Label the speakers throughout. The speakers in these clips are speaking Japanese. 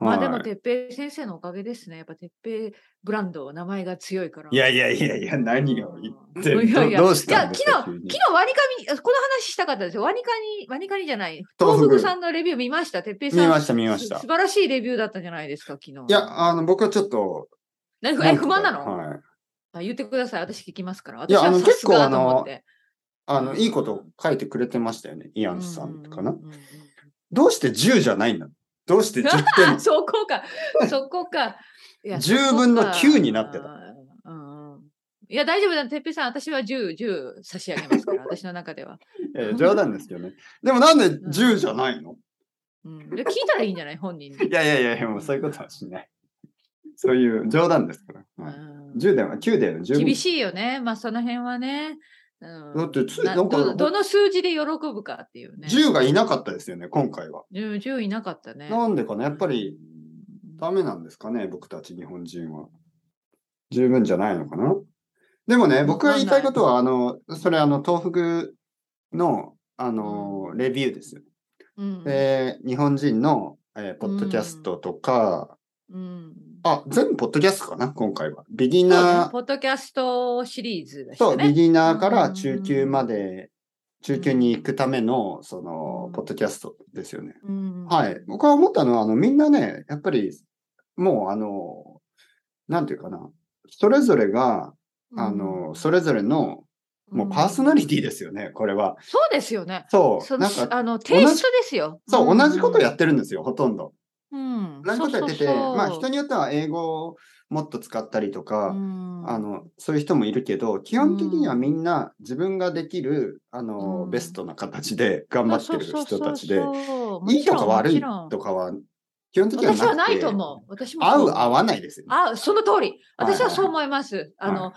Speaker 1: まあで
Speaker 2: は
Speaker 1: も、
Speaker 2: い。
Speaker 1: 哲平先生のおかげですね。やっぱ哲平ブランド、名前が強いから。
Speaker 2: いやいやいやいや、
Speaker 1: う
Speaker 2: 何を言ってる
Speaker 1: んいやい
Speaker 2: ど
Speaker 1: や、
Speaker 2: どうし
Speaker 1: い
Speaker 2: た
Speaker 1: や
Speaker 2: んで
Speaker 1: 昨日、
Speaker 2: すか、
Speaker 1: 昨
Speaker 2: 急に。
Speaker 1: 日ワニカミに、この話したかったんですよ。ワニカニ、ワニカニじゃない、
Speaker 2: 東
Speaker 1: 東
Speaker 2: 福
Speaker 1: 福さんのレビュー見ました。哲平さん。
Speaker 2: 見ました、見ました。
Speaker 1: す素
Speaker 2: い
Speaker 1: 晴らしいレビューだったじゃないですか、昨日。
Speaker 2: や、あの、僕はちょっと、
Speaker 1: 何
Speaker 2: な
Speaker 1: え
Speaker 2: ん
Speaker 1: 不
Speaker 2: と
Speaker 1: 満
Speaker 2: か
Speaker 1: なの、
Speaker 2: はい。
Speaker 1: あ言ってください。私聞きますから。
Speaker 2: い
Speaker 1: 私
Speaker 2: やあ
Speaker 1: は
Speaker 2: の
Speaker 1: さすがだと思って。
Speaker 2: あの、いいことを書いてくれてましたよね。イアンスさんかな
Speaker 1: う。んうんうん
Speaker 2: どうして10じゃないんだどうして10
Speaker 1: うんそこか。そこか。いや
Speaker 2: 10分の9になって。
Speaker 1: そ
Speaker 2: た
Speaker 1: こかうんうんいや、大丈夫だ。てっぺいさん、私は10、10差し上げますか ら、私の中では。
Speaker 2: 点、えー冗談ですけどね。でもなんで10じゃないの、
Speaker 1: うん、で聞いたらいいんじゃない本人に。
Speaker 2: いやいやいやいや、もうそういうことはしない。そういう冗談ですから。
Speaker 1: う
Speaker 2: はい、
Speaker 1: ん
Speaker 2: 10では9では十分
Speaker 1: 厳。しいよね。まあ、その辺はね。うん、
Speaker 2: だってつい
Speaker 1: な
Speaker 2: なんか
Speaker 1: ど、どの数字で喜ぶかっていうね。
Speaker 2: 10がいなかったですよね、今回は。
Speaker 1: 10, 10いなかったね。
Speaker 2: なんでかな、やっぱりダメなんですかね、僕たち日本人は。十分じゃないのかな。でもね、僕が言いたいことは、あの、それ、あの、東福の、あの、レビューですよ。
Speaker 1: うん、
Speaker 2: で、日本人の、えーポッドキャストとか、
Speaker 1: うん。
Speaker 2: あ、全部ポッドキャストかな、今回は。ビギ
Speaker 1: そうね
Speaker 2: ナ
Speaker 1: ポ
Speaker 2: ー、
Speaker 1: ッドキャストシリーズでし
Speaker 2: そ
Speaker 1: た
Speaker 2: う、ビ
Speaker 1: ね。
Speaker 2: ギナーから中級まで、中級に行くための、そうの
Speaker 1: ん、
Speaker 2: ポッドキャストですよね。
Speaker 1: うん
Speaker 2: はい。僕は思ったのは、あの、みんなね、やっぱり、もう、あの、なんていうかな、それぞれが、あの、それぞれの、もうパーソナリティですよね、これは。
Speaker 1: ィ。そうですよね。
Speaker 2: そう、
Speaker 1: そ
Speaker 2: な
Speaker 1: の
Speaker 2: んか、
Speaker 1: あのテイストですよ。
Speaker 2: そう、同じことや
Speaker 1: っ
Speaker 2: ってるんですよ、ほとんど。
Speaker 1: うん。
Speaker 2: 同じことやってて、
Speaker 1: そうそうそう
Speaker 2: まあ、人によっては英語をもっと使ったりと
Speaker 1: う
Speaker 2: か、
Speaker 1: ん
Speaker 2: あの、そういう人もいるけど、基本的には
Speaker 1: うん
Speaker 2: みんな自分ができる、あの、
Speaker 1: うん
Speaker 2: ベストな形で頑張ってる人たちで、
Speaker 1: そうそうそうそう
Speaker 2: いいとか
Speaker 1: も
Speaker 2: 悪
Speaker 1: ち
Speaker 2: い
Speaker 1: ろんもち
Speaker 2: とかは、基本的に
Speaker 1: ろ
Speaker 2: は
Speaker 1: ん
Speaker 2: なくて
Speaker 1: 私はないと思う。私も
Speaker 2: 合
Speaker 1: そう
Speaker 2: 合わないですよね。
Speaker 1: あ、その通り。
Speaker 2: はいはいはい
Speaker 1: 私はそう思います。あ
Speaker 2: は
Speaker 1: の、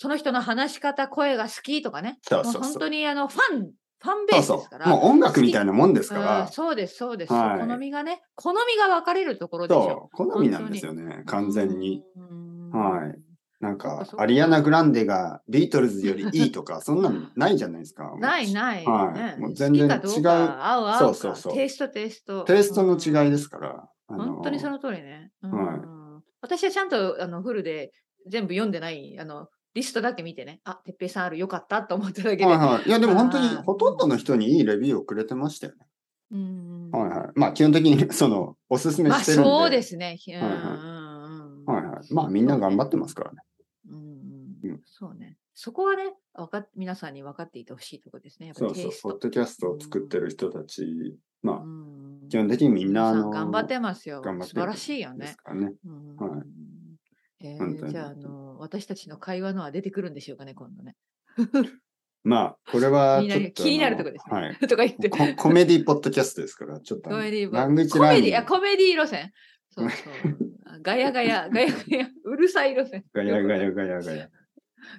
Speaker 1: その人の話し方、声が好きとかね。
Speaker 2: そう
Speaker 1: もう
Speaker 2: そう
Speaker 1: 本
Speaker 2: そ
Speaker 1: 当
Speaker 2: う。
Speaker 1: にあのファン、ファンベ
Speaker 2: そ
Speaker 1: ー
Speaker 2: う
Speaker 1: スです
Speaker 2: そ
Speaker 1: から。
Speaker 2: う。もう音楽みたいなもんですか
Speaker 1: うん
Speaker 2: ら、
Speaker 1: そうです、そうです、
Speaker 2: はい
Speaker 1: 好みがね、好みが分かれるところでしょ。
Speaker 2: そう、好みなんですよね、完全に。
Speaker 1: うーん。
Speaker 2: はいなん
Speaker 1: そうか
Speaker 2: か
Speaker 1: そう、か
Speaker 2: アリアナ・グランデがビートルズよりいいと か、そんなのないじゃないですか。もう
Speaker 1: ないない、
Speaker 2: はい
Speaker 1: ね
Speaker 2: もう全然
Speaker 1: 好きかど
Speaker 2: 違う
Speaker 1: か合う合うか
Speaker 2: そうそうそう
Speaker 1: テイスト、テイスト。
Speaker 2: テイストの
Speaker 1: い。
Speaker 2: 違いですから。あの
Speaker 1: 本当にその通りね。うん
Speaker 2: はい
Speaker 1: 私はちゃんとあのフルで全部読んでない、あの、リストだけ見てね、あ、てっぺいさんある、よかったと思っただけで。
Speaker 2: はいはい。いや、でも本当に
Speaker 1: あー
Speaker 2: ほとんどの人にいいレビューをくれてましたよね。
Speaker 1: うん
Speaker 2: はいはい。まあ、基本的に、その、おすすめ
Speaker 1: まあ、
Speaker 2: してるんで。
Speaker 1: そうですね。うん
Speaker 2: はいはい
Speaker 1: うんうん
Speaker 2: はいはい。まあ、みんな頑張ってますからね。
Speaker 1: うん
Speaker 2: う
Speaker 1: うんんそうね。そこはね、わかっ皆さんに分かっていてほしいところですね。やっぱ
Speaker 2: そ
Speaker 1: り
Speaker 2: う
Speaker 1: テ
Speaker 2: そう
Speaker 1: イス。
Speaker 2: ポ
Speaker 1: ト。
Speaker 2: ッドキャストを作ってる人たち、まあ
Speaker 1: う、ん
Speaker 2: 基本的にみんな、
Speaker 1: 皆
Speaker 2: あ
Speaker 1: さ
Speaker 2: の、
Speaker 1: ん頑張ってますよ。
Speaker 2: 頑張って
Speaker 1: 素晴らしいよ
Speaker 2: で
Speaker 1: ね
Speaker 2: す。からね。
Speaker 1: うん
Speaker 2: はい
Speaker 1: え
Speaker 2: 本当
Speaker 1: ー、
Speaker 2: に
Speaker 1: じゃあ、あの、私たちの会話のは出てくるんでしょうかね、今度ね。
Speaker 2: まあ、これは
Speaker 1: 気に
Speaker 2: ち
Speaker 1: な
Speaker 2: ょっ
Speaker 1: る
Speaker 2: と。
Speaker 1: 気になる
Speaker 2: あの
Speaker 1: とこですね。
Speaker 2: はい。
Speaker 1: とか言 って。
Speaker 2: ココメディポッドキャストですから、ちょっとあ
Speaker 1: コ
Speaker 2: の。
Speaker 1: メディー
Speaker 2: ラングエッジ
Speaker 1: コ
Speaker 2: ライ
Speaker 1: メ
Speaker 2: ン
Speaker 1: ディあコメディ路線。そ うそう。あガヤガヤ、ガヤガヤ、うるさい路線。
Speaker 2: ガヤガヤガヤガヤ。い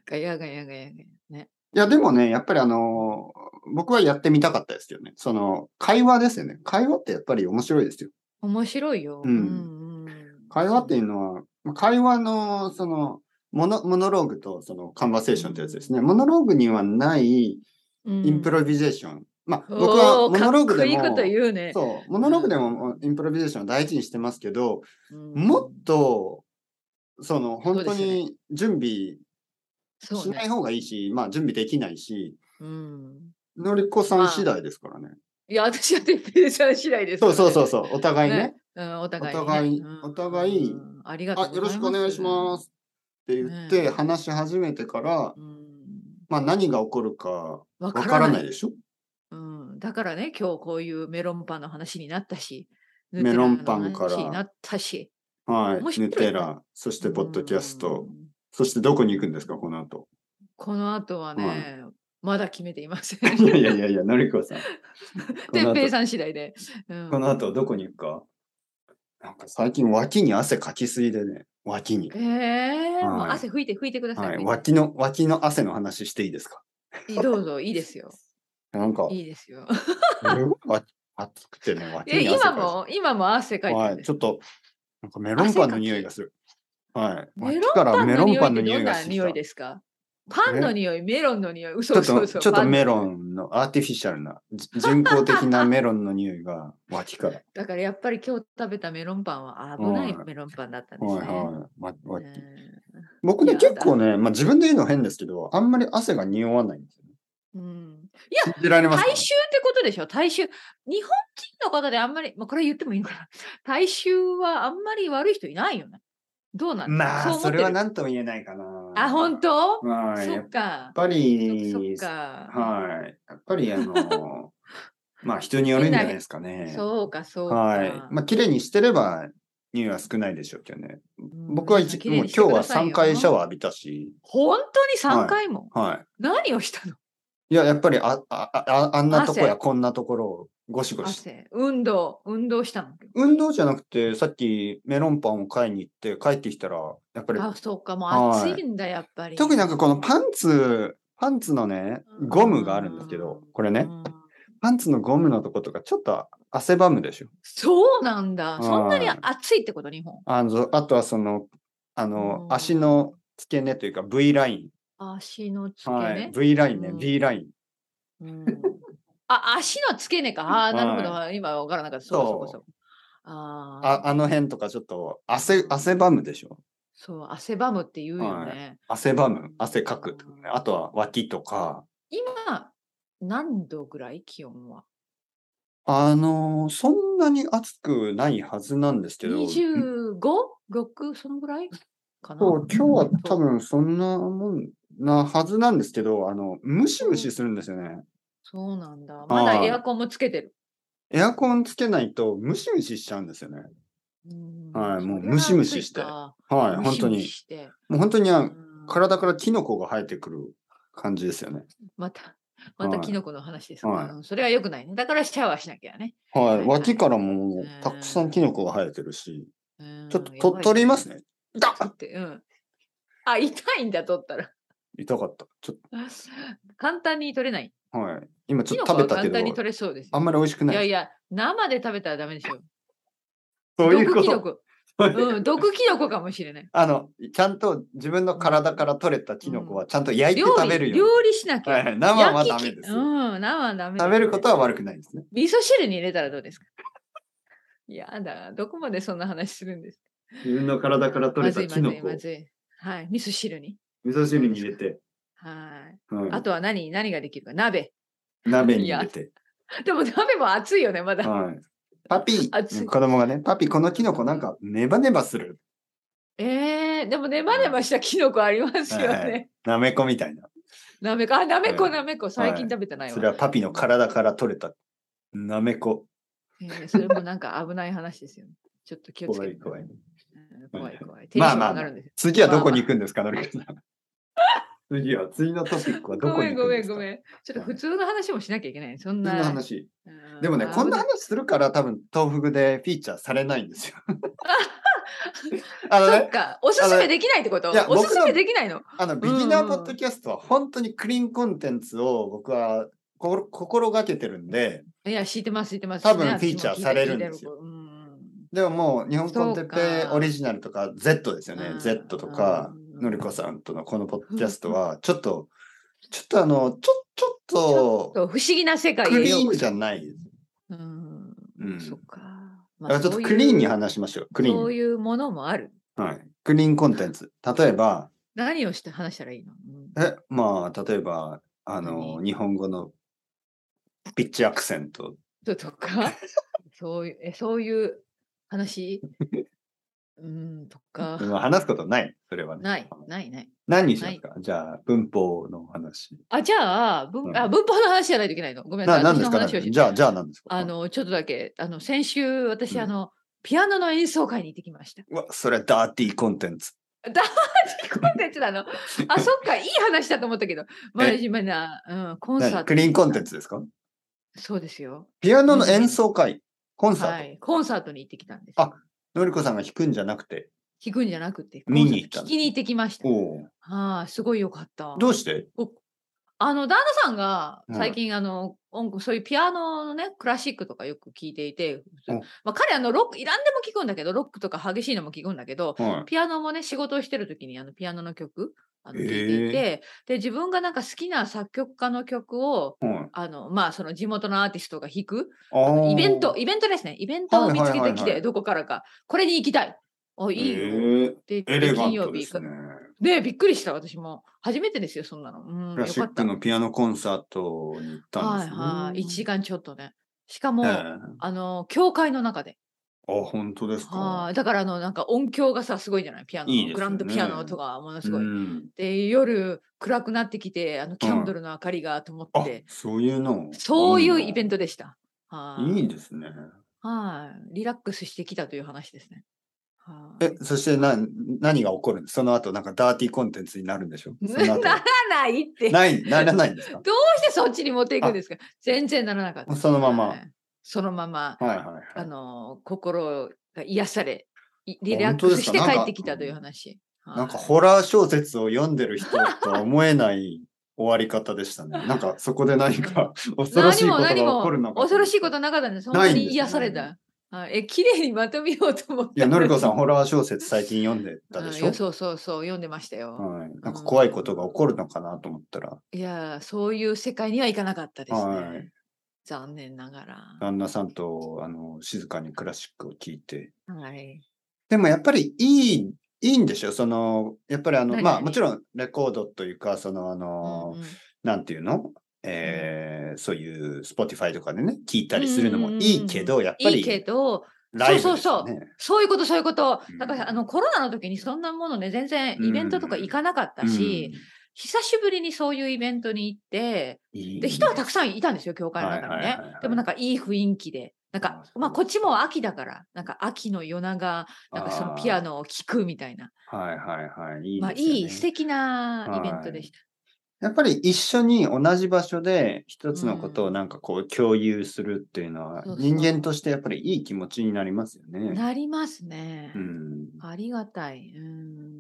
Speaker 1: ガヤガヤガヤガヤ。ね。
Speaker 2: や、でもね、やっぱりあのー僕はやってみたかったですけどね。その、会話ですよね。会話ってやっぱり面白いですよ。
Speaker 1: 面白いよ。
Speaker 2: うん
Speaker 1: んうん
Speaker 2: 会話っていうのは、まあ会話の、その、モノモノローグとそのカンバセーションってやつですね。モノローグにはない
Speaker 1: うん
Speaker 2: インプロビゼーション。まあ、僕
Speaker 1: お
Speaker 2: は
Speaker 1: ー
Speaker 2: モノローグでも、
Speaker 1: かっこいいこと言うね。
Speaker 2: そう、モノローグでもインプロビゼーションを大事にしてますけど、
Speaker 1: うん
Speaker 2: もっと、その、
Speaker 1: そう
Speaker 2: 本
Speaker 1: で
Speaker 2: 当
Speaker 1: すよね
Speaker 2: に準備
Speaker 1: そう
Speaker 2: し
Speaker 1: ね
Speaker 2: ない方がいいし、まあ準備できないし、
Speaker 1: うん。
Speaker 2: のりこさ
Speaker 1: ま
Speaker 2: ん
Speaker 1: あ
Speaker 2: 次第ですからね。
Speaker 1: いや、私は哲平さん次第ですか
Speaker 2: そ
Speaker 1: ら
Speaker 2: う
Speaker 1: ね。
Speaker 2: そうそうそう、お互いね。
Speaker 1: ねうん。お互いにね。
Speaker 2: お互い
Speaker 1: うん
Speaker 2: お互い
Speaker 1: うんありがとう。
Speaker 2: あ、よろしくお願いしますすって言って、
Speaker 1: ね
Speaker 2: 話し始めてから、
Speaker 1: うん
Speaker 2: まあ何が起こるか
Speaker 1: わ
Speaker 2: わ
Speaker 1: か
Speaker 2: から
Speaker 1: ら
Speaker 2: な
Speaker 1: ないい。
Speaker 2: でしょ
Speaker 1: うん。だからね、今日こういうメロンパンの話になったし、ヌ
Speaker 2: メ
Speaker 1: テラ
Speaker 2: ロ
Speaker 1: の
Speaker 2: ンパンから
Speaker 1: 話になったし、
Speaker 2: は
Speaker 1: 面
Speaker 2: い。
Speaker 1: 白い
Speaker 2: ヌ
Speaker 1: ね
Speaker 2: テラ、そしてポッドキャス
Speaker 1: う
Speaker 2: ト、
Speaker 1: ん。
Speaker 2: そしてどこに行くんですか、この 後。
Speaker 1: この後は
Speaker 2: は
Speaker 1: ね、まだ決めていませ ん。
Speaker 2: いやいやいやいや、のりこさん。この
Speaker 1: 天
Speaker 2: 後
Speaker 1: 平さん次第で。うん
Speaker 2: この後どこに行くかなんか最近脇に汗かきすぎでね、脇に。
Speaker 1: ええもう
Speaker 2: はい
Speaker 1: 汗拭いて拭いてください。
Speaker 2: はい。
Speaker 1: 拭い
Speaker 2: 脇の、脇の汗の話していいですか
Speaker 1: てどうぞ、いいですよ。
Speaker 2: なんか、
Speaker 1: いいですよ。
Speaker 2: すごいわ暑くてね、脇
Speaker 1: え、
Speaker 2: に汗かい
Speaker 1: 今
Speaker 2: て
Speaker 1: も、今も汗かいてるん
Speaker 2: はい、
Speaker 1: で
Speaker 2: ち
Speaker 1: す。
Speaker 2: ょっと、なんかメロンパンの匂いがする。はい。
Speaker 1: メ
Speaker 2: 脇からメロン
Speaker 1: ロ
Speaker 2: パ
Speaker 1: ン
Speaker 2: ン
Speaker 1: パ
Speaker 2: の
Speaker 1: ンの匂い
Speaker 2: 匂い
Speaker 1: ってどん
Speaker 2: が
Speaker 1: な
Speaker 2: してき
Speaker 1: 匂い
Speaker 2: た
Speaker 1: で。すかパンの匂い、メロンの匂い、
Speaker 2: ちょ
Speaker 1: 嘘
Speaker 2: っと、
Speaker 1: 嘘嘘。
Speaker 2: ちょっとメロ
Speaker 1: ンの匂い。
Speaker 2: ンの、アーティフィシャルな、じ人工的なメロンの匂いが脇 から。
Speaker 1: だからやっぱり今日食べたメロンパンは危ない
Speaker 2: はい
Speaker 1: メロンパンだったんです
Speaker 2: はい
Speaker 1: ね。
Speaker 2: はい。まわ
Speaker 1: うん
Speaker 2: 僕ね、
Speaker 1: いや
Speaker 2: 結構ね、まあ自分で言うの変ですけど、あんまり汗が匂わないんですよね。
Speaker 1: うん、
Speaker 2: 信じられますか
Speaker 1: 大衆ってことでしょ大衆。日本人の方であんまり、まあ、これ言ってもいいのかな 大衆はあんまり悪い人いないよね。どうなん
Speaker 2: まあ、
Speaker 1: う思
Speaker 2: そ
Speaker 1: っ
Speaker 2: れ
Speaker 1: てる
Speaker 2: は何とも言えないかな。
Speaker 1: あ、本当
Speaker 2: はい。
Speaker 1: そ
Speaker 2: や
Speaker 1: っ
Speaker 2: っ
Speaker 1: か。
Speaker 2: ぱり、
Speaker 1: そそっか。
Speaker 2: はい。やっぱり、あ の、まあ人によるんじゃないですかね。
Speaker 1: そうか、そうか。
Speaker 2: はい。まあ綺麗にしてれば、匂いは少ないでしょうけどね。
Speaker 1: うん
Speaker 2: 僕は
Speaker 1: 皆さん
Speaker 2: 一
Speaker 1: 綺
Speaker 2: もう
Speaker 1: 麗
Speaker 2: 今
Speaker 1: にし
Speaker 2: 日
Speaker 1: てく
Speaker 2: は
Speaker 1: ださいよ
Speaker 2: 3回シャワー浴びたし、
Speaker 1: 本当に
Speaker 2: は
Speaker 1: 3
Speaker 2: い
Speaker 1: 回も、
Speaker 2: はい。
Speaker 1: 何をしたの
Speaker 2: いや、やっぱりあ、あ、ああんなとこや
Speaker 1: 汗
Speaker 2: こんなところをゴシゴシ。
Speaker 1: 汗。運動、運動したの。
Speaker 2: 運動じゃなくて、さっきメロンパンを買いに行って帰ってきたら、やっぱり、
Speaker 1: あ、そうか、も
Speaker 2: は
Speaker 1: う
Speaker 2: い
Speaker 1: 暑いんだ、やっぱり。
Speaker 2: 特になんかこのパンツ、パンツのね、ゴムがあるんですけど
Speaker 1: う、
Speaker 2: これ
Speaker 1: う
Speaker 2: ね、
Speaker 1: ん
Speaker 2: パンツのゴムのとことかちょっと汗ばむでしょ。
Speaker 1: そうなん
Speaker 2: は
Speaker 1: だ。
Speaker 2: い
Speaker 1: そんなに暑いってこと、日本。
Speaker 2: あのあとはその、あの、
Speaker 1: うん
Speaker 2: 足の付け根というか V ライ
Speaker 1: 足の付
Speaker 2: ン。
Speaker 1: け根、
Speaker 2: はい。V ラインね、
Speaker 1: うん
Speaker 2: V ライン。
Speaker 1: うんあ、足の付け根か。あーなるほど。今わからなかった。そうそう
Speaker 2: そ
Speaker 1: そう。ああ
Speaker 2: ああの辺とかちょっと汗、汗ばむでしょ。
Speaker 1: そう、汗ばむって言うよね。
Speaker 2: 汗ばむ、汗かくってことね。あとは脇とか。
Speaker 1: 今、何度ぐらい気温は
Speaker 2: あのーそんなに暑くないはずなんですけど、うん
Speaker 1: ?25?6? そのぐらいかな
Speaker 2: そう今日は多分そんなもんなはずなんですけど、あの、ムシムシするんですよね。
Speaker 1: そうなんだ。まだエアコンもつけてる。
Speaker 2: エアコンつけないとムシムシしちゃうんですよね。
Speaker 1: うん
Speaker 2: はいもう
Speaker 1: それは
Speaker 2: ムシムシして
Speaker 1: 暑いか
Speaker 2: はい、
Speaker 1: ム
Speaker 2: 本
Speaker 1: シ
Speaker 2: 当
Speaker 1: ム
Speaker 2: に
Speaker 1: シ。して
Speaker 2: もう本当にあ
Speaker 1: うん
Speaker 2: 体からキノコが生えてくる感じですよね。
Speaker 1: また、ま
Speaker 2: は
Speaker 1: た
Speaker 2: い
Speaker 1: キノコの話ですか、
Speaker 2: はい
Speaker 1: うんそれは良くないね。だからシャワーしなきゃね。
Speaker 2: は
Speaker 1: はい
Speaker 2: い、脇からも
Speaker 1: うん
Speaker 2: たくさんキノコが生えてるし、
Speaker 1: うん
Speaker 2: ちょっと
Speaker 1: やば
Speaker 2: と
Speaker 1: い
Speaker 2: 取りますね。ガ
Speaker 1: 取
Speaker 2: ッ
Speaker 1: って、うん。あ、痛いんだ、取ったら。
Speaker 2: 痛かった。ちょっ
Speaker 1: 簡単に取れない。
Speaker 2: と、はい。今ち
Speaker 1: キ
Speaker 2: ょっ
Speaker 1: ノ
Speaker 2: と
Speaker 1: コ
Speaker 2: 食べた
Speaker 1: は
Speaker 2: け
Speaker 1: 簡単に
Speaker 2: ど、
Speaker 1: 取れそうですよ。
Speaker 2: あんまり美味しくないい。
Speaker 1: やいや、生で食べたらダメでしょ。
Speaker 2: そういうこ
Speaker 1: 毒キノ
Speaker 2: と。
Speaker 1: コ。うん、毒キノコかもしれない。
Speaker 2: あの、ちゃんと自分の体から取れたキノコはちゃんと焼いて
Speaker 1: 料
Speaker 2: 食べる
Speaker 1: 理、
Speaker 2: ように。
Speaker 1: 料理しなきゃ。
Speaker 2: はい、生は
Speaker 1: 焼
Speaker 2: ダ
Speaker 1: き
Speaker 2: メ
Speaker 1: き
Speaker 2: です
Speaker 1: う
Speaker 2: よ。
Speaker 1: ん、生はダメ。
Speaker 2: 食べること
Speaker 1: は。
Speaker 2: は悪くないですね。
Speaker 1: 味噌汁に入れたらどうですか いやだ、どこまでそんな話するんですか
Speaker 2: 自分の体から取れたキノコを
Speaker 1: まずい、まずい、まずい。はい、味噌汁に。
Speaker 2: 味噌汁に入れて、
Speaker 1: はい。
Speaker 2: はい
Speaker 1: あとは何、何ができるか。鍋。
Speaker 2: 鍋に入れて。
Speaker 1: でも鍋も熱いよね、まだ。
Speaker 2: はい。パ ピ
Speaker 1: 熱
Speaker 2: ー、
Speaker 1: い
Speaker 2: 子供がね、パピー、このキノコなんかネバネバする。
Speaker 1: ええでもね、まねましたキノコありますよね。
Speaker 2: はいはなめこみたいな。
Speaker 1: なめこ、あ、なめこ、
Speaker 2: はい
Speaker 1: なめこ、最近食べてないわ。
Speaker 2: それはパピの体から取れたなめこ。
Speaker 1: えーそれもなんか危ない話ですよね。ちょっと気をつ
Speaker 2: 怖
Speaker 1: け
Speaker 2: い
Speaker 1: て。
Speaker 2: 怖い。
Speaker 1: うん怖い怖い。テンシ
Speaker 2: ま
Speaker 1: ョ
Speaker 2: あ
Speaker 1: ン
Speaker 2: まあ
Speaker 1: 上がるんですよ。
Speaker 2: 次はどこに行くんですか、のりこさん。次は、次のトピックはど
Speaker 1: ご
Speaker 2: こ
Speaker 1: め
Speaker 2: に
Speaker 1: ん
Speaker 2: 行
Speaker 1: ご
Speaker 2: くん
Speaker 1: め
Speaker 2: で
Speaker 1: ん
Speaker 2: す
Speaker 1: ご
Speaker 2: か
Speaker 1: めん。ちょっと普通の話もしなきゃいけない。そ
Speaker 2: そ
Speaker 1: ん
Speaker 2: んな
Speaker 1: な。
Speaker 2: 話。
Speaker 1: うん
Speaker 2: でもね、こんな
Speaker 1: 危い
Speaker 2: 話するから多分、豆腐でフィーチャーされないん ですよ。あの
Speaker 1: そっ
Speaker 2: ね、
Speaker 1: か、おすすめできないってこと
Speaker 2: いや
Speaker 1: おすす
Speaker 2: 僕
Speaker 1: め
Speaker 2: の
Speaker 1: できないの
Speaker 2: あの、ビギナーポッドキャストは本当にクリーンコンテンツを僕は心心がけてるんで、
Speaker 1: いや、知ってます、知ってます。
Speaker 2: 多分
Speaker 1: ね
Speaker 2: フィーチャー
Speaker 1: 私も聞い
Speaker 2: され
Speaker 1: た
Speaker 2: るん
Speaker 1: 聞いた
Speaker 2: ですよ
Speaker 1: うん
Speaker 2: でももう日本コンテ
Speaker 1: そう
Speaker 2: ペ
Speaker 1: か
Speaker 2: オリジナルとか Z ですよね
Speaker 1: う。ん
Speaker 2: Z とか
Speaker 1: うん
Speaker 2: のりこさんとのこのポッドキャストはちょっと、ちょっとあの、ちょ、ちょっ
Speaker 1: ちょ
Speaker 2: と
Speaker 1: っと不思議な世界
Speaker 2: ク
Speaker 1: へ
Speaker 2: リ
Speaker 1: よう
Speaker 2: ー
Speaker 1: こ
Speaker 2: ンじ
Speaker 1: そ
Speaker 2: ゃないです。
Speaker 1: うん。
Speaker 2: うん。
Speaker 1: そっ
Speaker 2: だ
Speaker 1: か。
Speaker 2: か
Speaker 1: ま
Speaker 2: ら
Speaker 1: あ
Speaker 2: ちょっとクリーンに
Speaker 1: そういう
Speaker 2: 話しましょう。クリ
Speaker 1: そう
Speaker 2: ー
Speaker 1: いうものもある。
Speaker 2: ン。はい。クリーンコンテンツ。例えば、
Speaker 1: 何をして話したらいいの、うん
Speaker 2: え、まあ、例えば、あの、
Speaker 1: 何
Speaker 2: 日本語のピッチアクセント。
Speaker 1: と とかそういうえそういう話うんとか
Speaker 2: まあ話すことない。それはね。
Speaker 1: ないないない
Speaker 2: 何にしますかじゃあ、文法の話。
Speaker 1: あじゃあ
Speaker 2: う
Speaker 1: 文
Speaker 2: ん
Speaker 1: あ文法の話じゃないといけないのごめんなさ
Speaker 2: な、
Speaker 1: い
Speaker 2: 何で
Speaker 1: 私
Speaker 2: す
Speaker 1: の
Speaker 2: か
Speaker 1: 話を
Speaker 2: 何
Speaker 1: し
Speaker 2: じゃあ、じゃあ何ですか
Speaker 1: あ、のちょっとだけあの先週私、
Speaker 2: うん
Speaker 1: あのピアノの演奏会に行ってきました。
Speaker 2: うわ、それはダーティーコンテンツ。
Speaker 1: コンテンツなの。 あ、そっか、いい話だと思ったけど。まあ、
Speaker 2: え
Speaker 1: まあな、うん、コンサー
Speaker 2: 何
Speaker 1: ト。
Speaker 2: クリーンコンテンツですか
Speaker 1: そうですよ。
Speaker 2: ピアノの演奏会、コンサート。
Speaker 1: はい。コンサートに行ってきたんです。
Speaker 2: あのりこさんが弾くんじゃなくて。
Speaker 1: 聞くんじゃなくて、
Speaker 2: 見に行った
Speaker 1: コ
Speaker 2: の
Speaker 1: ンサート聞きに行ってきました。
Speaker 2: お
Speaker 1: はい、すごいよかった。
Speaker 2: どうして
Speaker 1: おあの、旦那さんが
Speaker 2: うん
Speaker 1: 最近、あの、音そういうピアノのね、クラシックとかよく聞いていて、
Speaker 2: うん
Speaker 1: まあ、彼、あの、ロック、いらんでも聞くんだけど、ロックとか激しいのも聞くんだけど、
Speaker 2: は
Speaker 1: ピアノもね、仕事をしてる時に、あの、ピアノの曲、あの、
Speaker 2: へ
Speaker 1: 聞
Speaker 2: え
Speaker 1: いていて、で、自分がなんか好きな作曲家の曲を、
Speaker 2: い。はい
Speaker 1: あの、まあ、その地元のアーティストが弾く、
Speaker 2: あー
Speaker 1: イベント、イベントですね。イベントを見つけ
Speaker 2: はいはい
Speaker 1: て
Speaker 2: は
Speaker 1: き
Speaker 2: いはい
Speaker 1: て、どこからか、これに行きたい。あ、いい
Speaker 2: え
Speaker 1: よ。
Speaker 2: ー
Speaker 1: で
Speaker 2: エレガ
Speaker 1: 金
Speaker 2: ン
Speaker 1: 曜
Speaker 2: ト
Speaker 1: 日
Speaker 2: で
Speaker 1: 行
Speaker 2: す
Speaker 1: く
Speaker 2: ね。
Speaker 1: で、びっくりした、私も。初めてですよ、そんなの。うん、
Speaker 2: クラ
Speaker 1: よ
Speaker 2: シ
Speaker 1: か
Speaker 2: ッ
Speaker 1: った。
Speaker 2: クのピアノコンサートに行ったんで
Speaker 1: は
Speaker 2: す
Speaker 1: い
Speaker 2: ね。
Speaker 1: はい。1時間ちょっとね。しかも、
Speaker 2: え
Speaker 1: あの、教会の中で。
Speaker 2: えあ、本当ですか。
Speaker 1: はい。だから、あの、なんか音響がさ、すごいじゃないピアノの。
Speaker 2: いいですよね
Speaker 1: グランドピアノとか、ものすごい。
Speaker 2: うん
Speaker 1: で、夜、暗くなってきて、あの、キャンドルの明かりがと思
Speaker 2: あ
Speaker 1: って、、
Speaker 2: そういうの。
Speaker 1: そういうイベン
Speaker 2: ト。
Speaker 1: トでした。は
Speaker 2: い
Speaker 1: い。
Speaker 2: いですね。
Speaker 1: はい。リラックスしてきたという話ですね。はい
Speaker 2: え、そしてな何が起こるんですその後、なんかダーティーコンテンツになるんでしょその
Speaker 1: な
Speaker 2: 後
Speaker 1: らないって。どう
Speaker 2: ない、ならないんですか
Speaker 1: してそっちに持っていくんですか全然ならなかった。
Speaker 2: そのまま
Speaker 1: はいそのまま、
Speaker 2: はいはい
Speaker 1: あ
Speaker 2: はい。
Speaker 1: の、心が癒され、いリラッ
Speaker 2: 本当
Speaker 1: ク
Speaker 2: です
Speaker 1: スし
Speaker 2: か
Speaker 1: て
Speaker 2: なんか
Speaker 1: 帰ってきたという話。
Speaker 2: なんか
Speaker 1: はい
Speaker 2: ホラー小説を読んでる人とは思えない終わり方でした ね。なんかそこで何か恐ろしいことが起こるのか。
Speaker 1: 恐ろしいことなかったんです。本
Speaker 2: な
Speaker 1: 当
Speaker 2: いんですね
Speaker 1: に癒された。はいえ、綺麗にまとめようと思って。
Speaker 2: いや、のりこさん、ホラー小説最近読んでたでしょ、
Speaker 1: うんそうそうそう、読んでましたよ。
Speaker 2: はい。なんか怖いことが起こるのかなと思ったら、
Speaker 1: いやー、そういう世界にはいかなかったですね。
Speaker 2: はい
Speaker 1: 残念ながら。
Speaker 2: 旦那さんとあの静かにクラシックを聴いて。
Speaker 1: はい。
Speaker 2: でもやっぱりいい、いいんでしょその、やっぱりあの、
Speaker 1: 何
Speaker 2: まあ
Speaker 1: 何
Speaker 2: もちろんレコードというか、そのあの、
Speaker 1: うんうん
Speaker 2: なんていうのえーそういう Spotify とかでね、聴いたりするのもいいけど、やっぱ
Speaker 1: いいけ
Speaker 2: り
Speaker 1: ど、
Speaker 2: ライブです
Speaker 1: そ
Speaker 2: よ
Speaker 1: う
Speaker 2: ね。
Speaker 1: そうそういうこと、そういうこと
Speaker 2: うん。
Speaker 1: だから、あの、コロナの時にそんなものね、全然イベントとか行かなかった
Speaker 2: うん
Speaker 1: し、久しぶりにそういうイベントに行って、
Speaker 2: いい
Speaker 1: で、人はたくさんいたんですよ、教会の中に
Speaker 2: はいはい
Speaker 1: ね
Speaker 2: はいはい。
Speaker 1: でもなんかいい雰囲気で。なん
Speaker 2: あ
Speaker 1: か
Speaker 2: そ、う
Speaker 1: まあこっちも秋だから、なんか秋の夜長、なんかそのピアノを聴くみたいな、
Speaker 2: はいはいはい。いい
Speaker 1: まあ
Speaker 2: ですよね
Speaker 1: いい素敵なイベントでした。
Speaker 2: やっぱり一緒に同じ場所で一つのことをなんかこう共有するっていうのは
Speaker 1: そうそう
Speaker 2: 人間としてやっぱりいい気持ちになりますよね。
Speaker 1: なりますね。
Speaker 2: うん。
Speaker 1: ありがたい。うん。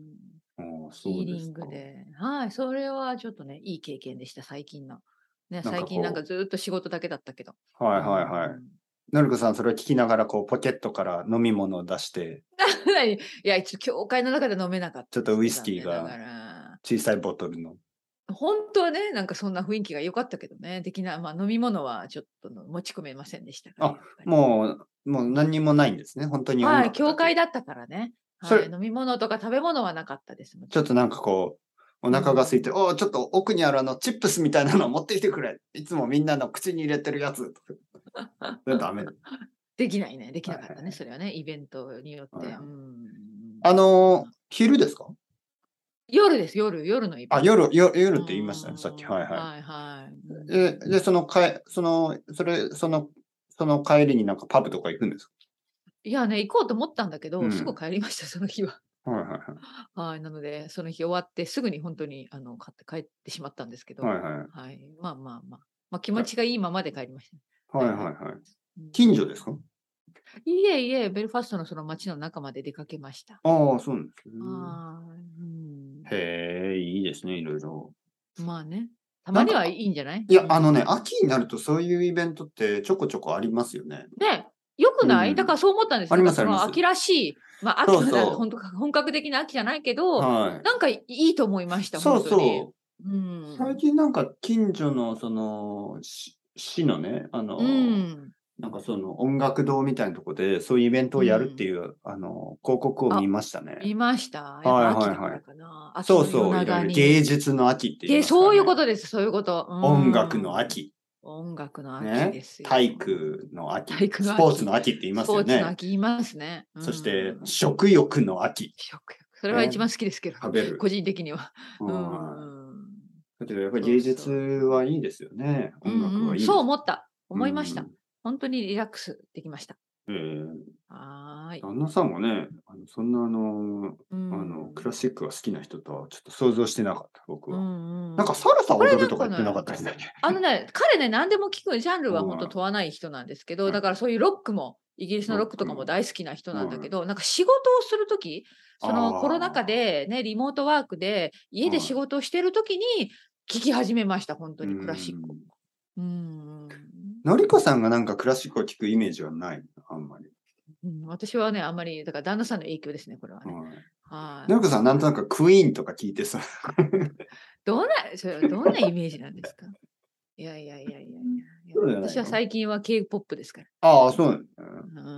Speaker 2: おーそ
Speaker 1: ヒー
Speaker 2: うで
Speaker 1: リン
Speaker 2: すか
Speaker 1: グ。で。はい、それはちょっとね、いい経験でした、最近の。
Speaker 2: な
Speaker 1: ね、
Speaker 2: んか
Speaker 1: 最近なん
Speaker 2: こ
Speaker 1: か
Speaker 2: う
Speaker 1: ずーっと仕事だけだったけど。
Speaker 2: はいはいはい。のりこさん、それを聞きながらこうポケットから飲み物を出して、
Speaker 1: い。いや、一応、教会の中で飲めなかった。
Speaker 2: ちょっとウイスキーが
Speaker 1: 残念ながら
Speaker 2: 小さいボトルの。
Speaker 1: 本当はね、なんかそんな雰囲気が良かったけどね、的な、まあ飲み物はちょっとの持ち込めませんでしたから。
Speaker 2: あ
Speaker 1: やっぱり
Speaker 2: もう、もう何にもないんですね。本当に音楽
Speaker 1: は
Speaker 2: だ
Speaker 1: い、
Speaker 2: け
Speaker 1: 教会だったからね。
Speaker 2: そ
Speaker 1: は
Speaker 2: れ
Speaker 1: い、飲み物とか食べ物はなかったです。もち
Speaker 2: ちょっとなんかこう、お腹が空いて、おおーちょっと奥にあるあのチップスみたいなの持ってきてくれ。いつもみんなの口に入れてるや つ。それダメだ。
Speaker 1: できないね、できなかった
Speaker 2: はいはいは
Speaker 1: ね、それはね、イベントによって。
Speaker 2: はい
Speaker 1: うん
Speaker 2: あのー昼ですか
Speaker 1: 夜です、夜、夜のイベント。
Speaker 2: あ、夜、夜夜って言いましたね、さっき。
Speaker 1: うん
Speaker 2: はいは
Speaker 1: はいはい
Speaker 2: い。で、でその帰、その、それ、その、その帰りになんかパブとか行くんですか
Speaker 1: いやね、行こうと思ったんだけど、
Speaker 2: うん
Speaker 1: すぐ帰りました、その日は。
Speaker 2: はいはい
Speaker 1: はい、なので、その日終わって、すぐに本当にあの買って帰ってしまったんですけど、
Speaker 2: はい。
Speaker 1: はい、
Speaker 2: はいはい。
Speaker 1: まあまあまあ、まあ、気持ちがいいままで帰りました。
Speaker 2: はいはいはい。
Speaker 1: うん
Speaker 2: 近所ですか
Speaker 1: いえいえ、ベルファストのその町の中まで出かけました。
Speaker 2: ああ、そうなんですね。
Speaker 1: はーいうん
Speaker 2: へえ、いいですね、いろいろ。
Speaker 1: まあね、た
Speaker 2: な
Speaker 1: ま
Speaker 2: んか
Speaker 1: にはいいんじゃない
Speaker 2: いや
Speaker 1: う、ん
Speaker 2: あのね、秋になるとそういうイベントってちょこちょこありますよね。
Speaker 1: ね、よくない、
Speaker 2: うん
Speaker 1: だからそう思ったんです
Speaker 2: あります
Speaker 1: なんか
Speaker 2: あり
Speaker 1: その
Speaker 2: ます
Speaker 1: 秋らしい、まあ秋
Speaker 2: そう
Speaker 1: か
Speaker 2: そう
Speaker 1: ら本当か本格的な秋じゃないけど、
Speaker 2: は
Speaker 1: なんかいいと思いまし
Speaker 2: い。
Speaker 1: た、
Speaker 2: そう
Speaker 1: 本当に。
Speaker 2: そう。
Speaker 1: うん
Speaker 2: 最近なんか近所のそのし市のね、あの、
Speaker 1: うん、
Speaker 2: なんかその音楽堂みたいなとこでそういうイベントをやるっていう、あの広告を見ました
Speaker 1: 見
Speaker 2: ね。
Speaker 1: ました。
Speaker 2: い
Speaker 1: や
Speaker 2: は
Speaker 1: っ
Speaker 2: い
Speaker 1: ぱ
Speaker 2: はい
Speaker 1: 秋だからかな。秋
Speaker 2: そ
Speaker 1: の
Speaker 2: うそう、いろ
Speaker 1: 夜
Speaker 2: い
Speaker 1: 長
Speaker 2: ろ
Speaker 1: に
Speaker 2: 芸術の秋って言い
Speaker 1: で
Speaker 2: ますからね
Speaker 1: そういうことです、そういうこと。うん
Speaker 2: 音楽の。秋、
Speaker 1: 音楽の秋で
Speaker 2: ね
Speaker 1: す、よ。
Speaker 2: 体育の秋
Speaker 1: 体育の
Speaker 2: ス
Speaker 1: 秋
Speaker 2: ポーツの秋って言いますよ
Speaker 1: スポーツの
Speaker 2: ね。
Speaker 1: 秋いますね。うん
Speaker 2: そして、食欲の秋、
Speaker 1: 食欲。それは一番好きですけど、
Speaker 2: 食べる。
Speaker 1: 個人的には。う
Speaker 2: うん
Speaker 1: ん
Speaker 2: だけどやっぱり芸術はいいですよね。音楽
Speaker 1: うん
Speaker 2: は
Speaker 1: う
Speaker 2: い
Speaker 1: ん
Speaker 2: い。
Speaker 1: そう思った。思いまし
Speaker 2: う
Speaker 1: た。
Speaker 2: ん
Speaker 1: 本当にリラックスできました。
Speaker 2: えー
Speaker 1: はーい。
Speaker 2: 旦那さんもね、あのそんなあの、
Speaker 1: うん
Speaker 2: あの、クラシックが好きな人とはちょっと想像してなかった、僕
Speaker 1: う
Speaker 2: は。
Speaker 1: んうん
Speaker 2: なんかサルサ踊るとか言ってなかったですね。
Speaker 1: あのね、彼ね、何でも聞く、ジャンルは本
Speaker 2: う
Speaker 1: 当
Speaker 2: ん
Speaker 1: 問わない人なんですけ
Speaker 2: う
Speaker 1: ど、
Speaker 2: ん
Speaker 1: だからそういうロックも、イギリスのロックとか
Speaker 2: ロッ
Speaker 1: も
Speaker 2: ク
Speaker 1: 大好きな人なんだけど、なんか仕事をするとき、そ
Speaker 2: あ
Speaker 1: の
Speaker 2: ー
Speaker 1: コロナ禍でね、リモートワークで、家で仕事をしてるときに、聞き始めました、本当にクラシック
Speaker 2: うん。
Speaker 1: うん
Speaker 2: のりこさんがなんかクラシックを聞くイメージはない、あんまり。
Speaker 1: うん私はね、あんまり、だから旦那さんの影響ですね、これはね。
Speaker 2: はい
Speaker 1: はい
Speaker 2: のりこさん、なんとなくクイーンとか聞いてさ、
Speaker 1: どんな、それはどんなイメージなんですか いやいやいやいやい
Speaker 2: そうじゃな
Speaker 1: や
Speaker 2: いの
Speaker 1: 私は最近は K-POP ですから。
Speaker 2: ああ、そうなんだね、
Speaker 1: う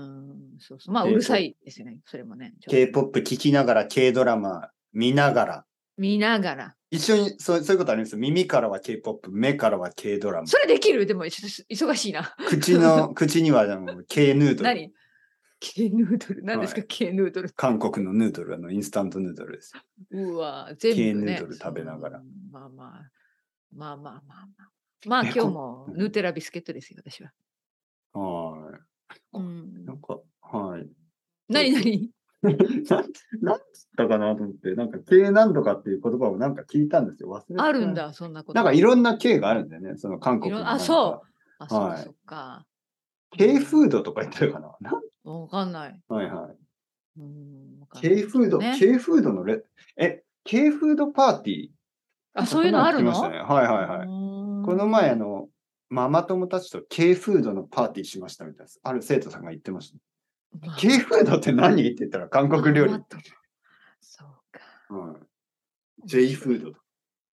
Speaker 1: ん、そうそう。まあ、う
Speaker 2: K-pop
Speaker 1: るさいですよね、それもね。ちょっと
Speaker 2: K-POP 聞きながら、K ドラマ見ながら。
Speaker 1: 見ながら。
Speaker 2: 一緒にそう、そういうことありますよ耳からは K-POP、目からは K ドラマ
Speaker 1: そ。れできるでも、ちょっと忙しいな。
Speaker 2: 口 の、口にはでも K ヌードル。
Speaker 1: 何 ?K ヌードル。何ですか、
Speaker 2: は
Speaker 1: K ヌードル。
Speaker 2: 韓国のヌードル、あの、インスタントヌードルです。
Speaker 1: うわ、全部、ね。
Speaker 2: K ヌードル食べながら
Speaker 1: そう。まあまあ。まあまあまあまあ。まあ
Speaker 2: え
Speaker 1: 今日
Speaker 2: こ
Speaker 1: も
Speaker 2: うん
Speaker 1: ヌーテラビスケットですよ、私は。
Speaker 2: は
Speaker 1: う
Speaker 2: うんい。なんか、 はい。
Speaker 1: 何何
Speaker 2: なん、なんつったかなと思って、なんか K なんとかっていう言葉をなんか聞いたんですよ。忘れてた
Speaker 1: あるん。だ、そんなこと。
Speaker 2: なんかいろんな K があるんだよね。その韓国の
Speaker 1: いろん
Speaker 2: なん
Speaker 1: あ
Speaker 2: か
Speaker 1: そあ、そうか
Speaker 2: はい
Speaker 1: そっか。
Speaker 2: K フードとか言ってるかなな
Speaker 1: わかんない。
Speaker 2: はいは
Speaker 1: うんわか
Speaker 2: い。
Speaker 1: んない
Speaker 2: K フード、
Speaker 1: ね
Speaker 2: K フードのレ、え、K フードパーティー
Speaker 1: あ、そういうのあるの
Speaker 2: こんな聞きましたねはいはいはい。こ
Speaker 1: こ
Speaker 2: の前、あの、ママ友たちと K フードのパーティーしましたみたいです。ある生徒さんが言ってました。K フードって何って言ったら韓国料理。
Speaker 1: まあそうか。
Speaker 2: うん、J フードと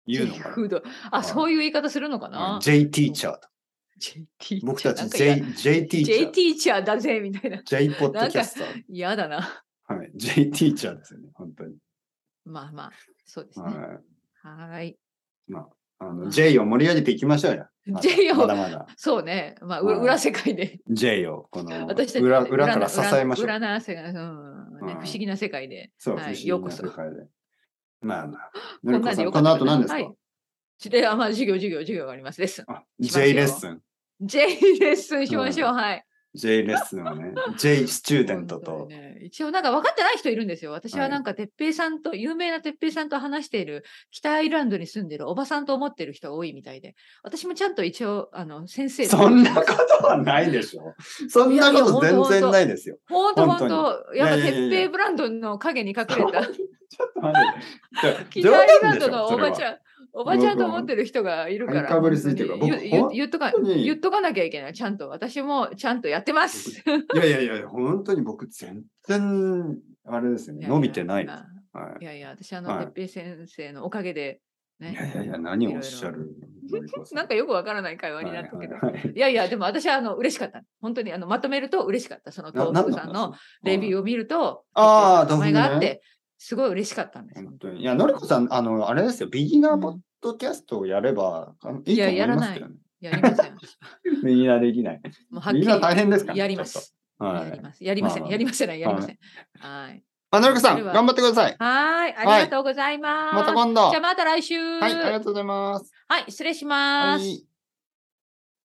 Speaker 2: 言うの
Speaker 1: J
Speaker 2: か
Speaker 1: フード。
Speaker 2: は
Speaker 1: あ、
Speaker 2: い
Speaker 1: そういう言い方するのか
Speaker 2: な。う
Speaker 1: な、
Speaker 2: ん J ティーチャーと。
Speaker 1: J ティーチャー
Speaker 2: 僕た
Speaker 1: な
Speaker 2: ち
Speaker 1: んかや
Speaker 2: J, J ティーチ
Speaker 1: J
Speaker 2: ャー
Speaker 1: テ。ィーチャーだぜ、みたいな。
Speaker 2: J ポッドキャスター。
Speaker 1: 嫌だな。
Speaker 2: はい。J ティーチャーですよね、本当に。
Speaker 1: まあまあ、 そうですね。
Speaker 2: はい。
Speaker 1: はーい。
Speaker 2: あの、J を盛り上げていきましょうよ。まだ
Speaker 1: J を
Speaker 2: まだまだ。
Speaker 1: そうね。まあ、う
Speaker 2: はい
Speaker 1: 裏世界で。
Speaker 2: J を、この、
Speaker 1: 私たち
Speaker 2: 裏、裏から支えましょう。
Speaker 1: 裏な世界、うん
Speaker 2: はい
Speaker 1: ね不思議な世界で。
Speaker 2: そう、
Speaker 1: はい
Speaker 2: 不思議
Speaker 1: ようこ
Speaker 2: な
Speaker 1: そ
Speaker 2: 世界で。まあ まあ。
Speaker 1: こ
Speaker 2: の
Speaker 1: ん
Speaker 2: りこ
Speaker 1: なん
Speaker 2: さ
Speaker 1: で
Speaker 2: ん、
Speaker 1: よ
Speaker 2: こ
Speaker 1: か
Speaker 2: の
Speaker 1: っ
Speaker 2: 後
Speaker 1: たかな
Speaker 2: 何ですか、
Speaker 1: はいちで、あ、まあ、授業、授業、授業があります。レッスン。
Speaker 2: あ、
Speaker 1: しましょう
Speaker 2: J レッスン。
Speaker 1: J レッスンしましょう。はい。
Speaker 2: J レッスンをね。J スチューデント
Speaker 1: 本
Speaker 2: と
Speaker 1: 当。にね一応なんか分かってない人いるんですよ。私
Speaker 2: は
Speaker 1: はいなんか、てっぺいさんと、有名なてっぺいさんと話している、北アイルランドに住んでるおばさんと思ってる人が多いみたいで、私もちゃんと一応、あの、先生。
Speaker 2: そんなことはないでしょ。 そんなこと
Speaker 1: いやいやほんと
Speaker 2: 全然ないですよ。
Speaker 1: ほんとほん
Speaker 2: 本
Speaker 1: と、
Speaker 2: 当に
Speaker 1: やっぱ、
Speaker 2: いやいやいや
Speaker 1: てっぺいブランドの影に隠れた、
Speaker 2: ちょっと待って。
Speaker 1: 北アイルランド
Speaker 2: 冗
Speaker 1: のお
Speaker 2: 談
Speaker 1: ば
Speaker 2: でしょそ
Speaker 1: ち
Speaker 2: れは
Speaker 1: ゃん、おばちゃんと思ってる人がいるから。
Speaker 2: 僕は被りすぎてるから
Speaker 1: 本当
Speaker 2: 僕
Speaker 1: に言
Speaker 2: ほん
Speaker 1: 言言っとか
Speaker 2: 本当に
Speaker 1: 言っとかなきゃいけない。ちゃんと、私もちゃんとやってます。
Speaker 2: いやいやいや、本当に僕全然、あれですよね。伸びてない。
Speaker 1: や
Speaker 2: は
Speaker 1: やいやいや、私、あの、
Speaker 2: はい
Speaker 1: 哲平先生のおかげで、
Speaker 2: い。
Speaker 1: ね。
Speaker 2: いやいやいや、何をおっしゃ
Speaker 1: いろい
Speaker 2: る
Speaker 1: ろ。 なんかよくわからない会話になったけど。い
Speaker 2: はいはいはい
Speaker 1: やいや、でも私は、あの、嬉しかった。本当に、あの、まとめると嬉しかった。その、
Speaker 2: な
Speaker 1: 東
Speaker 2: なん
Speaker 1: 福
Speaker 2: の
Speaker 1: さんの
Speaker 2: 話
Speaker 1: レビューを見ると、
Speaker 2: あー
Speaker 1: 哲平さんの名前があっ
Speaker 2: 豆腐
Speaker 1: て、すごい嬉しかったんです。
Speaker 2: 本当に。いや、のりこさん、あの、あれですよ。ビギナーポッドキャストをやれば、あのいいと思いますけどね。
Speaker 1: やりません。
Speaker 2: みんなできない。
Speaker 1: もうはっ
Speaker 2: み
Speaker 1: き
Speaker 2: ん
Speaker 1: り
Speaker 2: な大変ですからね
Speaker 1: やります。
Speaker 2: は
Speaker 1: やり
Speaker 2: い。
Speaker 1: ます。やりません。
Speaker 2: まあ
Speaker 1: やりませんね。やりません。はい。
Speaker 2: まあ、のりこさ
Speaker 1: それ
Speaker 2: ん、
Speaker 1: は
Speaker 2: 頑張ってください。
Speaker 1: はーい。ありがとうございます。
Speaker 2: また今度。
Speaker 1: じゃあ
Speaker 2: は
Speaker 1: また来週。
Speaker 2: い、あり
Speaker 1: は
Speaker 2: がとうございます。
Speaker 1: い。失礼します。
Speaker 2: はい